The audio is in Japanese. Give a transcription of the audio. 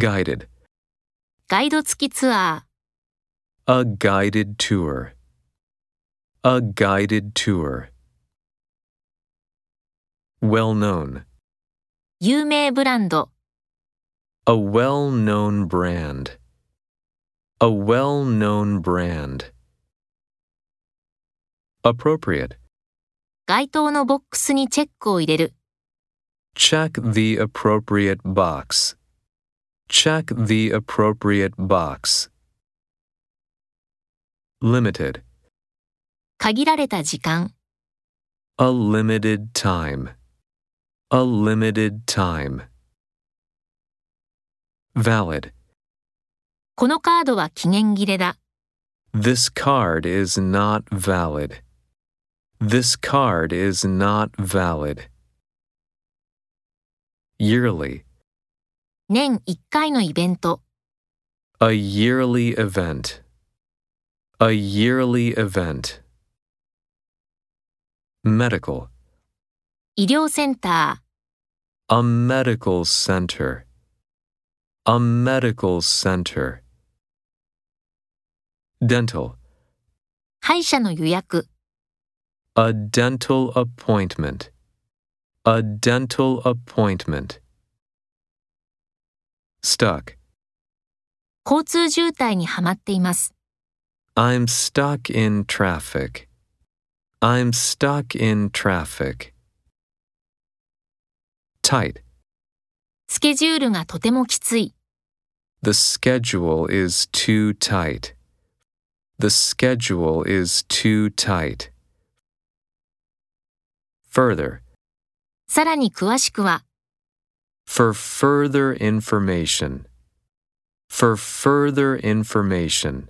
Guided. ガイド付きツア A guided tour. A guided tour. Well known. ー、有名ブランド、 A well known brand. A well known brand. Appropriate. 該当のボックスにチェックを入れる、 Check the appropriate box. Check the appropriate box. Limited. 限られた時間、 A limited time. A limited time. Valid. このカードは期限切れだ、 This card is not valid. This card is not valid. Yearly. 年1回のイベント、 A yearly event. A yearly event. Medical. 医療センタ A medical center. A medical center. Dental. ー、歯医者の予約、 A dental appointment. A dental appointment. Stuck. 交通渋滞にはまっています。 I'm stuck in traffic. I'm stuck in traffic. Tight. スケジュールがとてもきつい、 The schedule is too tight. The schedule is too tight. Further. さらに詳しくは、 For further information. For further information.